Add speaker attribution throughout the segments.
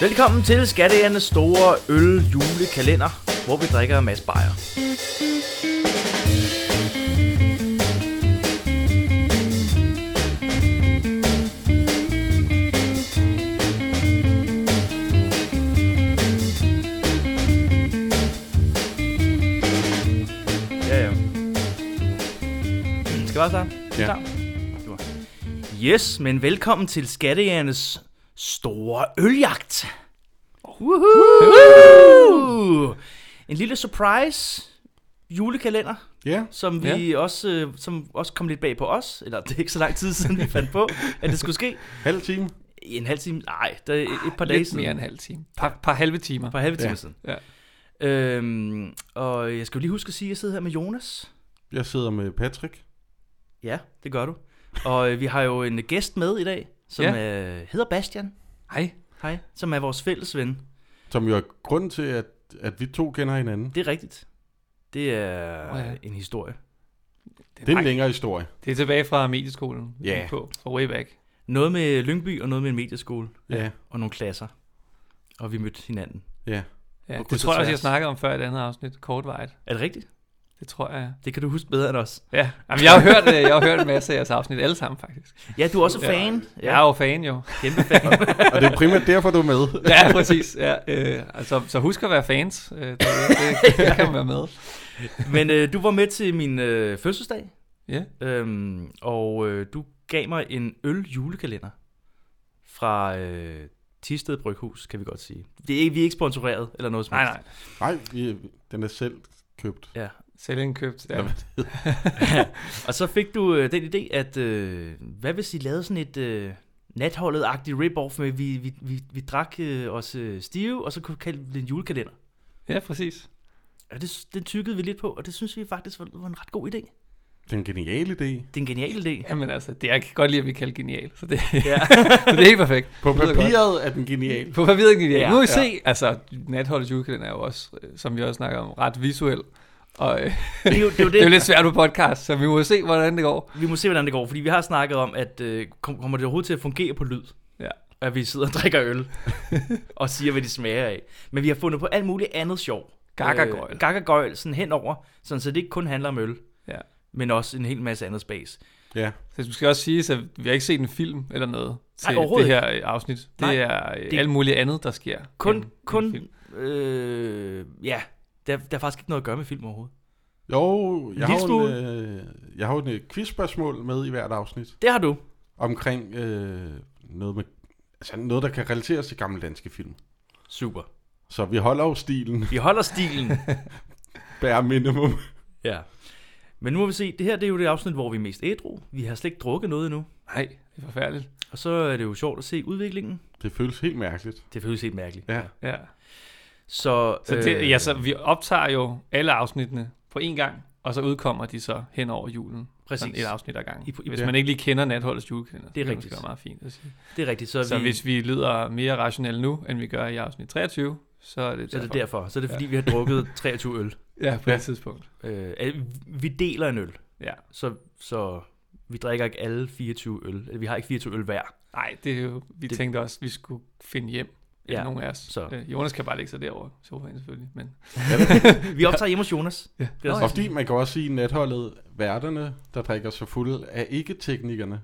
Speaker 1: Velkommen til Skatteernes store øl julekalender, hvor vi drikker en masse bajer. Ja, ja. Skal vi bare starte?
Speaker 2: Ja.
Speaker 1: Klar? Super. Yes, men velkommen til Skattejernes store øljagt. Woohoo! En lille surprise julekalender,
Speaker 2: Ja.
Speaker 1: som vi ja. også, øh, som også kom lidt bag på os. Eller det er ikke så lang tid siden, vi fandt på, at det skulle ske.
Speaker 2: Halv time.
Speaker 1: I en halv time? Nej, der er et, et par dage
Speaker 3: Ah, Lidt
Speaker 1: siden.
Speaker 3: mere end en halv time. Par, par halve timer.
Speaker 1: Par halve timer
Speaker 2: Ja.
Speaker 1: siden.
Speaker 3: Ja.
Speaker 1: Øhm, og jeg skal jo lige huske at sige, at jeg sidder her med Jonas.
Speaker 2: Jeg sidder med Patrick.
Speaker 1: Ja, det gør du. Og øh, vi har jo en gæst med i dag, som ja. øh, hedder Bastian.
Speaker 3: Hej.
Speaker 1: Hej. Som er vores fælles ven.
Speaker 2: Som jo er grunden til, at, at vi to kender hinanden.
Speaker 1: Det er rigtigt. Det er
Speaker 3: Åh, ja.
Speaker 1: en historie.
Speaker 2: Det er en
Speaker 3: Ej,
Speaker 2: længere historie.
Speaker 3: det er tilbage fra medieskolen. vi
Speaker 2: Ja.
Speaker 3: gik På, fra way back.
Speaker 1: Noget med Lyngby og noget med en medieskole
Speaker 2: Ja.
Speaker 1: og nogle klasser. Og vi mødte hinanden.
Speaker 2: Ja.
Speaker 3: Ja,
Speaker 1: kryds
Speaker 3: det
Speaker 1: og
Speaker 3: tror jeg også, jeg
Speaker 1: tværs.
Speaker 3: snakkede om før i et andet afsnit. Kortvejet.
Speaker 1: Er det rigtigt?
Speaker 3: Det tror jeg.
Speaker 1: Det kan du huske bedre end os.
Speaker 3: Ja. Jamen, jeg har hørt, øh, jeg har hørt en masse af jeres afsnit. Alle sammen, faktisk.
Speaker 1: Ja, du er også
Speaker 3: Ja.
Speaker 1: fan.
Speaker 3: Ja. Jeg er jo fan, jo.
Speaker 1: kæmpe fan.
Speaker 2: Og det er primært derfor, du er med.
Speaker 3: Ja, præcis. Ja, øh, altså, så husk at være fans. Øh, det, det, det kan man være med.
Speaker 1: Men øh, du var med til min øh, fødselsdag,
Speaker 3: Ja.
Speaker 1: øhm, og øh, du gav mig en øl julekalender fra øh, Tisted Bryghus, kan vi godt sige. Det er ikke, vi er ikke sponsoreret eller noget som
Speaker 3: Nej,
Speaker 1: helst.
Speaker 3: nej.
Speaker 2: Nej, vi- den er selv købt.
Speaker 1: Ja.
Speaker 3: Selvindkøbt. Ja.
Speaker 2: Eller hvad det hedder.
Speaker 1: Og så fik du øh, den idé, at øh, hvad hvis I lavede sådan et øh, natholdet-agtigt rip-off med, vi, vi, vi, vi drak øh, os øh, stive, og så kunne kalde det en julekalender.
Speaker 3: ja, præcis.
Speaker 1: Og det, det tykkede vi lidt på, og det synes vi faktisk var, var en ret god idé.
Speaker 2: Det er en genial idé.
Speaker 1: Det er en genial idé.
Speaker 3: Jamen altså, det, jeg kan godt lide at blive kaldt genial. Så det,
Speaker 1: Ja.
Speaker 3: så det er helt perfekt.
Speaker 2: På
Speaker 3: Det lyder godt.
Speaker 2: papiret er den genial.
Speaker 3: På papiret kan ja, Nu må vi
Speaker 1: Ja.
Speaker 3: se. Altså, Natholdets julekalender er jo også, øh, som vi også snakker om, ret visuel. Og øh,
Speaker 1: Det er jo, det er jo
Speaker 3: det er jo
Speaker 1: det.
Speaker 3: lidt svært på podcast, så vi må se, hvordan det går.
Speaker 1: Vi må se, hvordan det går, fordi vi har snakket om, at øh, kom- kommer det overhovedet til at fungere på lyd?
Speaker 3: Ja.
Speaker 1: At vi sidder og drikker øl og siger, hvad de smager af. Men vi har fundet på alt muligt andet sjov.
Speaker 3: Gakkagøjl.
Speaker 1: Øh, gakkagøjl sådan henover, sådan, så det ikke kun handler om øl,
Speaker 3: Ja.
Speaker 1: men også en hel masse andet space.
Speaker 2: Ja.
Speaker 3: Så det skal også sige, at vi har ikke set en film eller noget til Nej,
Speaker 1: overhovedet
Speaker 3: det her øh, afsnit. Det
Speaker 1: Nej,
Speaker 3: Nej, er det...
Speaker 1: det-
Speaker 3: alt muligt andet, der sker.
Speaker 1: Kun,
Speaker 3: end en
Speaker 1: kun,
Speaker 3: film.
Speaker 1: øh, ja, der, der er faktisk ikke noget at gøre med film overhovedet.
Speaker 2: Jo, jeg har, jo en,
Speaker 1: smule.
Speaker 2: øh, jeg har jo en øh, quizspørgsmål med i hvert afsnit.
Speaker 1: Det har du.
Speaker 2: Omkring øh, noget, med, altså noget, der kan relateres til gamle danske film.
Speaker 1: Super.
Speaker 2: Så vi holder jo stilen,
Speaker 1: Vi holder stilen.
Speaker 2: bare minimum.
Speaker 1: ja. Men nu må vi se, det her det er jo det afsnit, hvor vi er mest ædru. Vi har slet ikke drukket noget endnu.
Speaker 3: Nej, det er forfærdeligt.
Speaker 1: Og så er det jo sjovt at se udviklingen.
Speaker 2: Det føles helt mærkeligt.
Speaker 1: Det føles helt mærkeligt.
Speaker 2: Ja.
Speaker 3: Ja.
Speaker 1: Så,
Speaker 3: Så, det, øh... ja, så vi optager jo alle afsnittene på én gang, og så udkommer de så hen over julen.
Speaker 1: Præcis.
Speaker 3: Sådan et afsnit ad gangen.
Speaker 1: I- i-
Speaker 3: Hvis
Speaker 2: Ja.
Speaker 3: man ikke lige kender Natholdets julekalender,
Speaker 1: Det er
Speaker 3: så det
Speaker 1: rigtigt.
Speaker 3: måske være meget fint at sige.
Speaker 1: det er rigtigt. Så, er
Speaker 3: Så
Speaker 1: vi,
Speaker 3: hvis vi lyder mere rationelle nu, end vi gør i afsnit 23, så er det
Speaker 1: så er
Speaker 3: derfor.
Speaker 1: det derfor. Så er det fordi, vi har drukket 23 øl.
Speaker 3: Ja, på ja. det tidspunkt.
Speaker 1: Øh, al- vi deler en øl,
Speaker 3: Ja.
Speaker 1: så, så vi drikker ikke alle 24 øl. Eller vi har ikke 24 øl hver.
Speaker 3: Nej, det er jo, vi
Speaker 1: Det-
Speaker 3: det... tænkte også, vi skulle finde hjem.
Speaker 1: Ja,
Speaker 3: Ja, nogen af os.
Speaker 1: så-
Speaker 3: Så. Øh, Jonas kan bare lægge sig derovre i sofaen selvfølgelig. Men...
Speaker 1: Vi optager hjemme hos Jonas.
Speaker 3: Ja.
Speaker 1: Det er
Speaker 2: Og
Speaker 1: også,
Speaker 2: Altså, fordi man kan også sige, at natholdet værterne, der drikker sig fulde, er ikke teknikerne.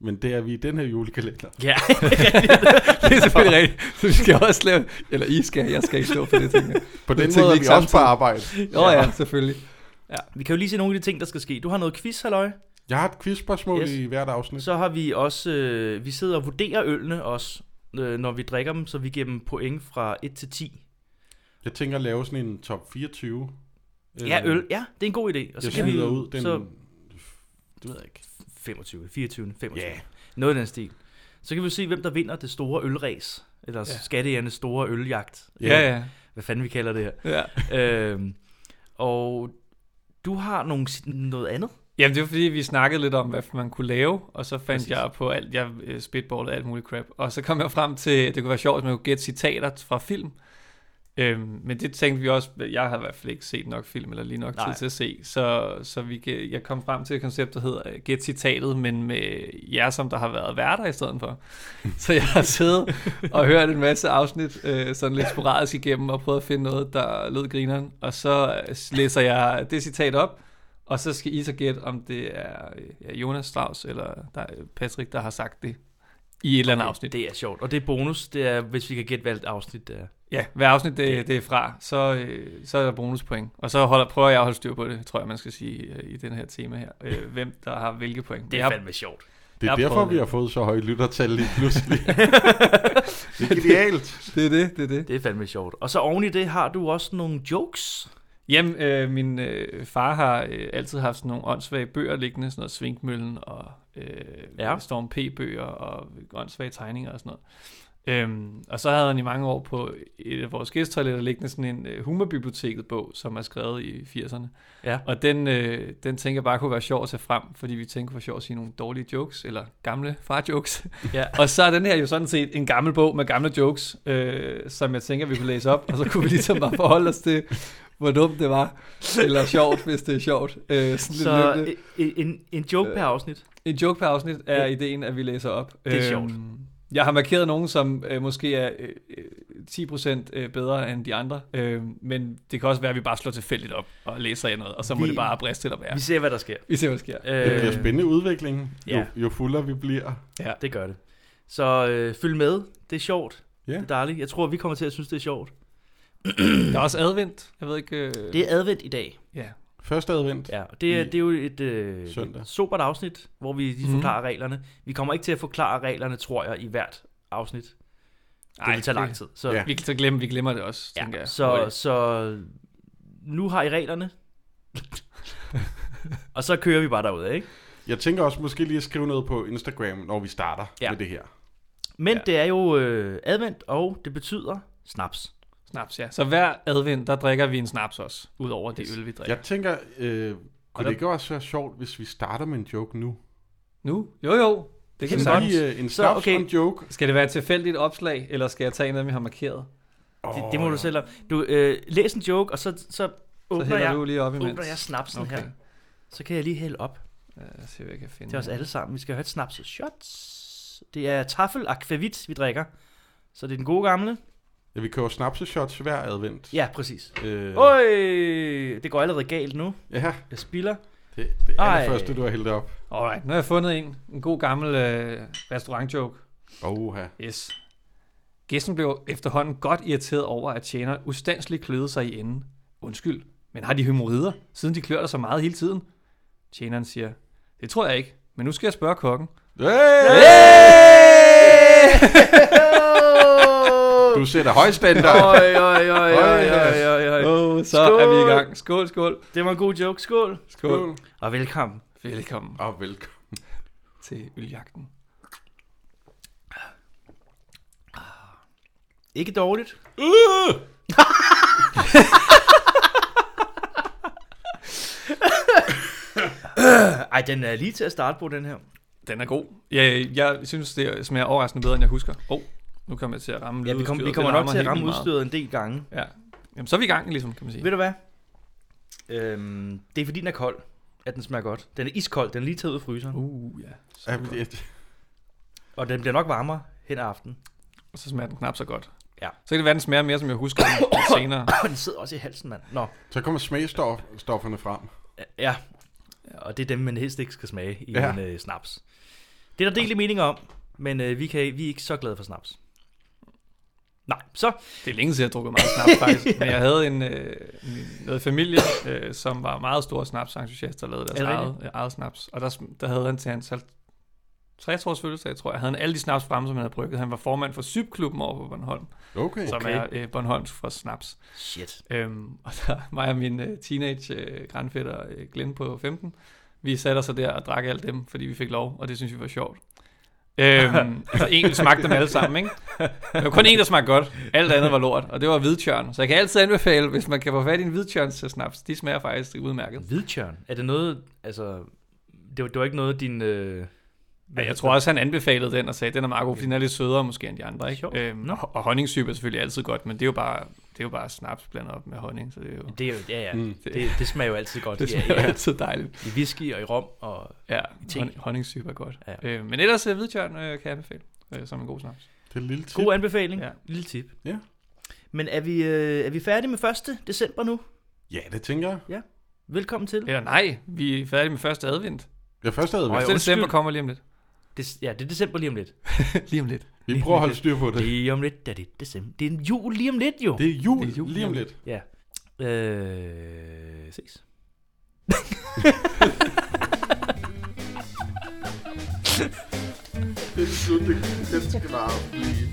Speaker 2: Men det er vi i den her julekalender.
Speaker 1: ja,
Speaker 3: det er selvfølgelig rigtigt. Så vi skal også lave... Eller I skal, jeg skal ikke stå for det, tænker jeg.
Speaker 2: På
Speaker 3: Det
Speaker 2: den
Speaker 3: er
Speaker 2: måde er vi
Speaker 3: teknik
Speaker 2: også på arbejde.
Speaker 3: Nå ja, selvfølgelig.
Speaker 1: vi kan jo lige se nogle af de ting, der skal ske. Du har noget quiz, halløj.
Speaker 2: Jeg har et quizspørgsmål
Speaker 1: Yes.
Speaker 2: yes. i hvert afsnit.
Speaker 1: Så har vi også... Øh, vi sidder og vurderer ølene også, øh, når vi drikker dem. Så vi giver dem point fra 1 til 10.
Speaker 2: Jeg tænker at lave sådan en top 24. øh,
Speaker 1: Ja, øl. Ja, det er en god idé. Og
Speaker 2: Jeg
Speaker 1: kan vi
Speaker 2: smider
Speaker 1: jo-
Speaker 2: ud den...
Speaker 1: Så
Speaker 2: Det ved jeg ikke.
Speaker 1: 25, 24, 25.
Speaker 2: Ja.
Speaker 1: Noget i den stil. Så kan vi se, hvem der vinder det store ølræs. Eller ja.
Speaker 3: Ja.
Speaker 1: skattejernes store øljagt.
Speaker 3: Ja, ja.
Speaker 1: Hvad fanden vi kalder det her.
Speaker 3: ja.
Speaker 1: øhm, og du har nogle, s- noget andet.
Speaker 3: Jamen, det var fordi, vi snakkede lidt om, hvad man kunne lave, og så fandt
Speaker 1: Præcis.
Speaker 3: Præcis. jeg på alt, jeg øh, spitballede alt muligt crap, og så kom jeg frem til, det kunne være sjovt, at man kunne gætte citater fra film, Øhm, men det tænkte vi også, jeg har i hvert fald ikke set nok film, eller lige nok
Speaker 1: Nej.
Speaker 3: tid til at se, så, så vi, kan- jeg kom frem til et koncept, der hedder øh, Gæt citatet, men med jer, som der har været værter i stedet for. Så jeg har siddet og hørt en masse afsnit, øh, sådan lidt sporadisk igennem, og prøvet at finde noget, der lød grineren, og så øh, læser jeg det citat op, og så skal I så gætte, om det er øh, ja, Jonas Strauss eller der, Patrick, der har sagt det i et eller andet afsnit.
Speaker 1: Det er sjovt. Og det er bonus, det er, hvis vi kan gætte valgt afsnit. Der.
Speaker 3: Ja, hver afsnit det, det er fra, så, øh, så er der bonuspoint. Og så holder, prøver jeg at holde styr på det, tror jeg, man skal sige øh, i den her tema her. Øh, hvem der har hvilke point.
Speaker 1: Det er
Speaker 3: jeg,
Speaker 1: fandme sjovt.
Speaker 2: Det er
Speaker 3: Jeg
Speaker 2: derfor,
Speaker 3: prøver
Speaker 2: vi har fået så høje lyttertal lige pludselig. det er genialt.
Speaker 3: det er det, det er det.
Speaker 1: Det er fandme sjovt. Og så oven i det har du også nogle jokes.
Speaker 3: Jamen, øh, min øh, far har øh, altid haft sådan nogle åndssvage bøger liggende, sådan noget Svinkmøllen og øh,
Speaker 1: Ja.
Speaker 3: ja. Storm P-bøger og åndssvage tegninger og sådan noget. Øhm, og så havde han i mange år på et af vores gæsttoiletter liggende sådan en øh, humorbiblioteket bog, som er skrevet i 80'erne.
Speaker 1: Ja.
Speaker 3: Og den, øh, den tænker jeg bare kunne være sjov at tage frem, fordi vi tænker, det var sjovt at sige nogle dårlige jokes, eller gamle far-jokes.
Speaker 1: Ja.
Speaker 3: og så er den her jo sådan set en gammel bog med gamle jokes, øh, som jeg tænker, vi kunne læse op, og så kunne vi ligesom bare forholde os til, hvor dumt det var, eller sjovt, hvis det er sjovt. Øh, sådan lidt
Speaker 1: Så
Speaker 3: løbende.
Speaker 1: en, en, en joke
Speaker 3: Øh,
Speaker 1: per afsnit.
Speaker 3: En joke per afsnit er
Speaker 1: Ja.
Speaker 3: ideen, at vi læser op. Øh,
Speaker 1: Det er sjovt.
Speaker 3: Jeg har markeret nogen, som øh, måske er øh, øh, 10% øh, bedre end de andre, øh, men det kan også være, at vi bare slår tilfældigt op og læser af noget, og så må
Speaker 1: Vi-
Speaker 3: det bare briste eller være.
Speaker 1: Vi ser, hvad der sker.
Speaker 3: Vi ser, hvad der sker.
Speaker 2: Det bliver spændende udvikling, jo,
Speaker 1: Øh. Ja.
Speaker 2: jo fuldere vi bliver.
Speaker 1: Det gør det. Så øh, følg med. Det er sjovt.
Speaker 2: Ja.
Speaker 1: Det er dejligt. Jeg tror, vi kommer til at synes, det er sjovt.
Speaker 3: Der er også advent. Jeg ved ikke... Øh...
Speaker 1: Det er advent i dag.
Speaker 3: Ja.
Speaker 2: Første advent.
Speaker 1: Ja, og det, er,
Speaker 2: I-
Speaker 1: det er jo et øh,
Speaker 2: Søndag.
Speaker 1: sobert afsnit, hvor vi lige
Speaker 3: Mhm.
Speaker 1: forklarer reglerne. Vi kommer ikke til at forklare reglerne, tror jeg, i hvert afsnit. Det Ej, vil tage lang tid. Så,
Speaker 2: Ja.
Speaker 3: Vi, kan så glemme, vi glemmer det også, ja, tænker
Speaker 1: ja,
Speaker 3: jeg.
Speaker 1: så, så nu har I reglerne. og så kører vi bare derud, ikke?
Speaker 2: Jeg tænker også måske lige at skrive noget på Instagram, når vi starter
Speaker 1: Ja.
Speaker 2: med det her.
Speaker 1: Men ja.
Speaker 3: Ja.
Speaker 1: det er jo øh, advent, og det betyder snaps.
Speaker 3: Snaps, ja. Så hver advent, der drikker vi en snaps også, udover det
Speaker 1: Yes.
Speaker 3: øl, vi drikker.
Speaker 2: Jeg tænker, øh, kunne
Speaker 3: der-
Speaker 2: det ikke også være sjovt, hvis vi starter med en joke nu?
Speaker 3: Nu? Jo, jo. Det kan vi
Speaker 2: Sådan
Speaker 3: sagtens.
Speaker 2: lige øh, en
Speaker 1: Så,
Speaker 2: snaps
Speaker 1: okay.
Speaker 2: okay. en joke.
Speaker 3: Skal det være et tilfældigt opslag, eller skal jeg tage en af dem, jeg har markeret?
Speaker 1: Oh, det,
Speaker 2: Åh,
Speaker 1: det må
Speaker 2: ja.
Speaker 1: du selv om. Du øh, læs en joke, og så, så
Speaker 3: Så
Speaker 1: åbner
Speaker 3: hælder
Speaker 1: jeg,
Speaker 3: du lige op imens.
Speaker 1: åbner jeg snapsen okay.
Speaker 3: Okay.
Speaker 1: her. Så kan jeg lige hælde op.
Speaker 3: Øh, Jeg ser, hvad jeg kan finde.
Speaker 1: Det er os alle sammen. Vi skal have et snaps og shots. Det er taffel akvavit, vi drikker. Så det er den gode gamle.
Speaker 2: Ja, vi kører snapseshots hver advent.
Speaker 1: Ja, præcis.
Speaker 2: Øh,
Speaker 1: Øj, det går allerede galt nu.
Speaker 2: ja
Speaker 1: Jeg spiller.
Speaker 2: det, det er
Speaker 1: Ej.
Speaker 2: det første, du har hældt op.
Speaker 3: Alright, nu har jeg fundet en. En god gammel øh, restaurantjoke.
Speaker 2: Oha.
Speaker 3: Yes. Gæsten blev efterhånden godt irriteret over, at tjeneren ustandsligt kløede sig i enden. Undskyld, men har de hemorrider, siden de klør dig så meget hele tiden? Tjeneren siger, det tror jeg ikke, men nu skal jeg spørge kokken.
Speaker 2: Hey! Du sætter høj standard.
Speaker 1: Øj, øj, øj, øj, øj, øj, øj.
Speaker 3: Åh, så
Speaker 1: Skål!
Speaker 3: er vi i gang. Skål, skål.
Speaker 1: Det var en god joke. Skål.
Speaker 3: Skål.
Speaker 1: Og velkommen.
Speaker 3: Velkommen
Speaker 2: Og velkommen.
Speaker 3: til øljagten.
Speaker 1: Ikke dårligt. Ej, den er lige til at starte på, den her.
Speaker 3: Den er god. Ja, jeg synes, det smager overraskende bedre, end jeg husker. Åh, oh, nu kommer jeg til at ramme
Speaker 1: Ja, vi, kom,
Speaker 3: lydudstyret.
Speaker 1: vi kommer
Speaker 3: Det
Speaker 1: nok
Speaker 3: rammer
Speaker 1: til at
Speaker 3: helt
Speaker 1: ramme
Speaker 3: vildt meget.
Speaker 1: udstyret en del gange.
Speaker 3: Ja. Jamen, så er vi i gang, ligesom, kan man sige.
Speaker 1: Ved du hvad? Øhm, det er fordi, den er kold, at den smager godt. Den er iskold, den er lige taget ud af fryseren.
Speaker 3: Uh, ja.
Speaker 2: Ja,
Speaker 3: Super.
Speaker 2: det-
Speaker 1: Og den bliver nok varmere hen af aftenen.
Speaker 3: Og så smager den knap så godt.
Speaker 1: Ja.
Speaker 3: Så kan det være, den smager mere, som jeg husker den senere.
Speaker 1: Og den sidder også i halsen, mand. Nå,
Speaker 2: Så kommer smagstofferne frem.
Speaker 1: ja. Og det er dem, man helst ikke skal smage i ja.
Speaker 2: Ja.
Speaker 1: en øh, snaps. Det er der delte meninger om, men øh, vi, kan, vi er ikke så glade for snaps. Nej, så
Speaker 3: Det er længe siden, jeg har drukket meget snaps, faktisk. Men jeg havde en, øh, en- noget familie, øh, som var meget store snapsentusiaster, der lavede deres
Speaker 1: Er det
Speaker 3: eget, øh, eget snaps. Og der, sm- der havde han til hans 60 års fødselsdag, tror jeg, havde han alle de snaps fremme, som han havde brygget. Han var formand for Sybklubben over på Bornholm,
Speaker 2: Okay.
Speaker 3: som
Speaker 1: Okay.
Speaker 3: er øh, Bornholms for snaps.
Speaker 1: shit.
Speaker 3: Øhm, og der mig og min øh, teenage øh, grandfætter øh, Glenn på 15, vi satte os så der og drak alt dem, fordi vi fik lov, og det synes vi var sjovt. Øhm, altså en vi smagte dem alle sammen, ikke? Der var kun en, der smagte godt. Alt andet var lort, og det var hvidtjørn. Så jeg kan altid anbefale, hvis man kan få fat i en hvidtjørns til snaps, de smager faktisk udmærket.
Speaker 1: Hvidtjørn, er det noget, altså... Det var, det var ikke noget, din... Øh,
Speaker 3: Ja, jeg tror også, han anbefalede den og sagde, den er meget god, fordi den er lidt sødere måske end de andre, ikke?
Speaker 1: Sjovt.
Speaker 3: Øhm,
Speaker 1: Nå.
Speaker 3: og, og honningsyp er selvfølgelig altid godt, men det er jo bare det er jo bare snaps blandet op med honning, så det er jo...
Speaker 1: Det, er jo, ja, ja.
Speaker 2: Mm.
Speaker 1: Mm. Det, det, smager jo altid godt.
Speaker 3: Det
Speaker 1: ja,
Speaker 3: smager
Speaker 1: ja.
Speaker 3: ja, altid dejligt.
Speaker 1: I whisky og i rom. Og,
Speaker 3: Ja,
Speaker 1: te.
Speaker 3: honning, honningsyp er godt.
Speaker 1: Ja.
Speaker 3: Ja. Øh, men ellers øh, hvidtjørn øh, kan jeg anbefale, øh, som en god snaps.
Speaker 2: Det er en lille tip.
Speaker 1: god anbefaling.
Speaker 3: Ja.
Speaker 1: Ja. Lille tip.
Speaker 2: Ja.
Speaker 1: Men er vi, øh, er vi færdige med 1. december nu?
Speaker 2: Ja, det tænker jeg.
Speaker 1: Velkommen til.
Speaker 3: Eller nej, vi er færdige med første advent.
Speaker 2: Jeg først havde
Speaker 1: Nå,
Speaker 2: været.
Speaker 1: jo.
Speaker 3: Så december
Speaker 1: undskyld.
Speaker 3: kommer lige om lidt.
Speaker 1: Det, ja, det er december lige om lidt.
Speaker 3: lige om lidt.
Speaker 2: Vi prøver at holde styr på det.
Speaker 1: Lige om lidt, da det er december. Det er en jul lige om lidt, jo.
Speaker 2: Det er jul,
Speaker 3: Det er jul
Speaker 2: lige om
Speaker 3: lige om
Speaker 2: lidt.
Speaker 1: Ja. Øh, ses.
Speaker 2: Det er slut. Det skal bare blive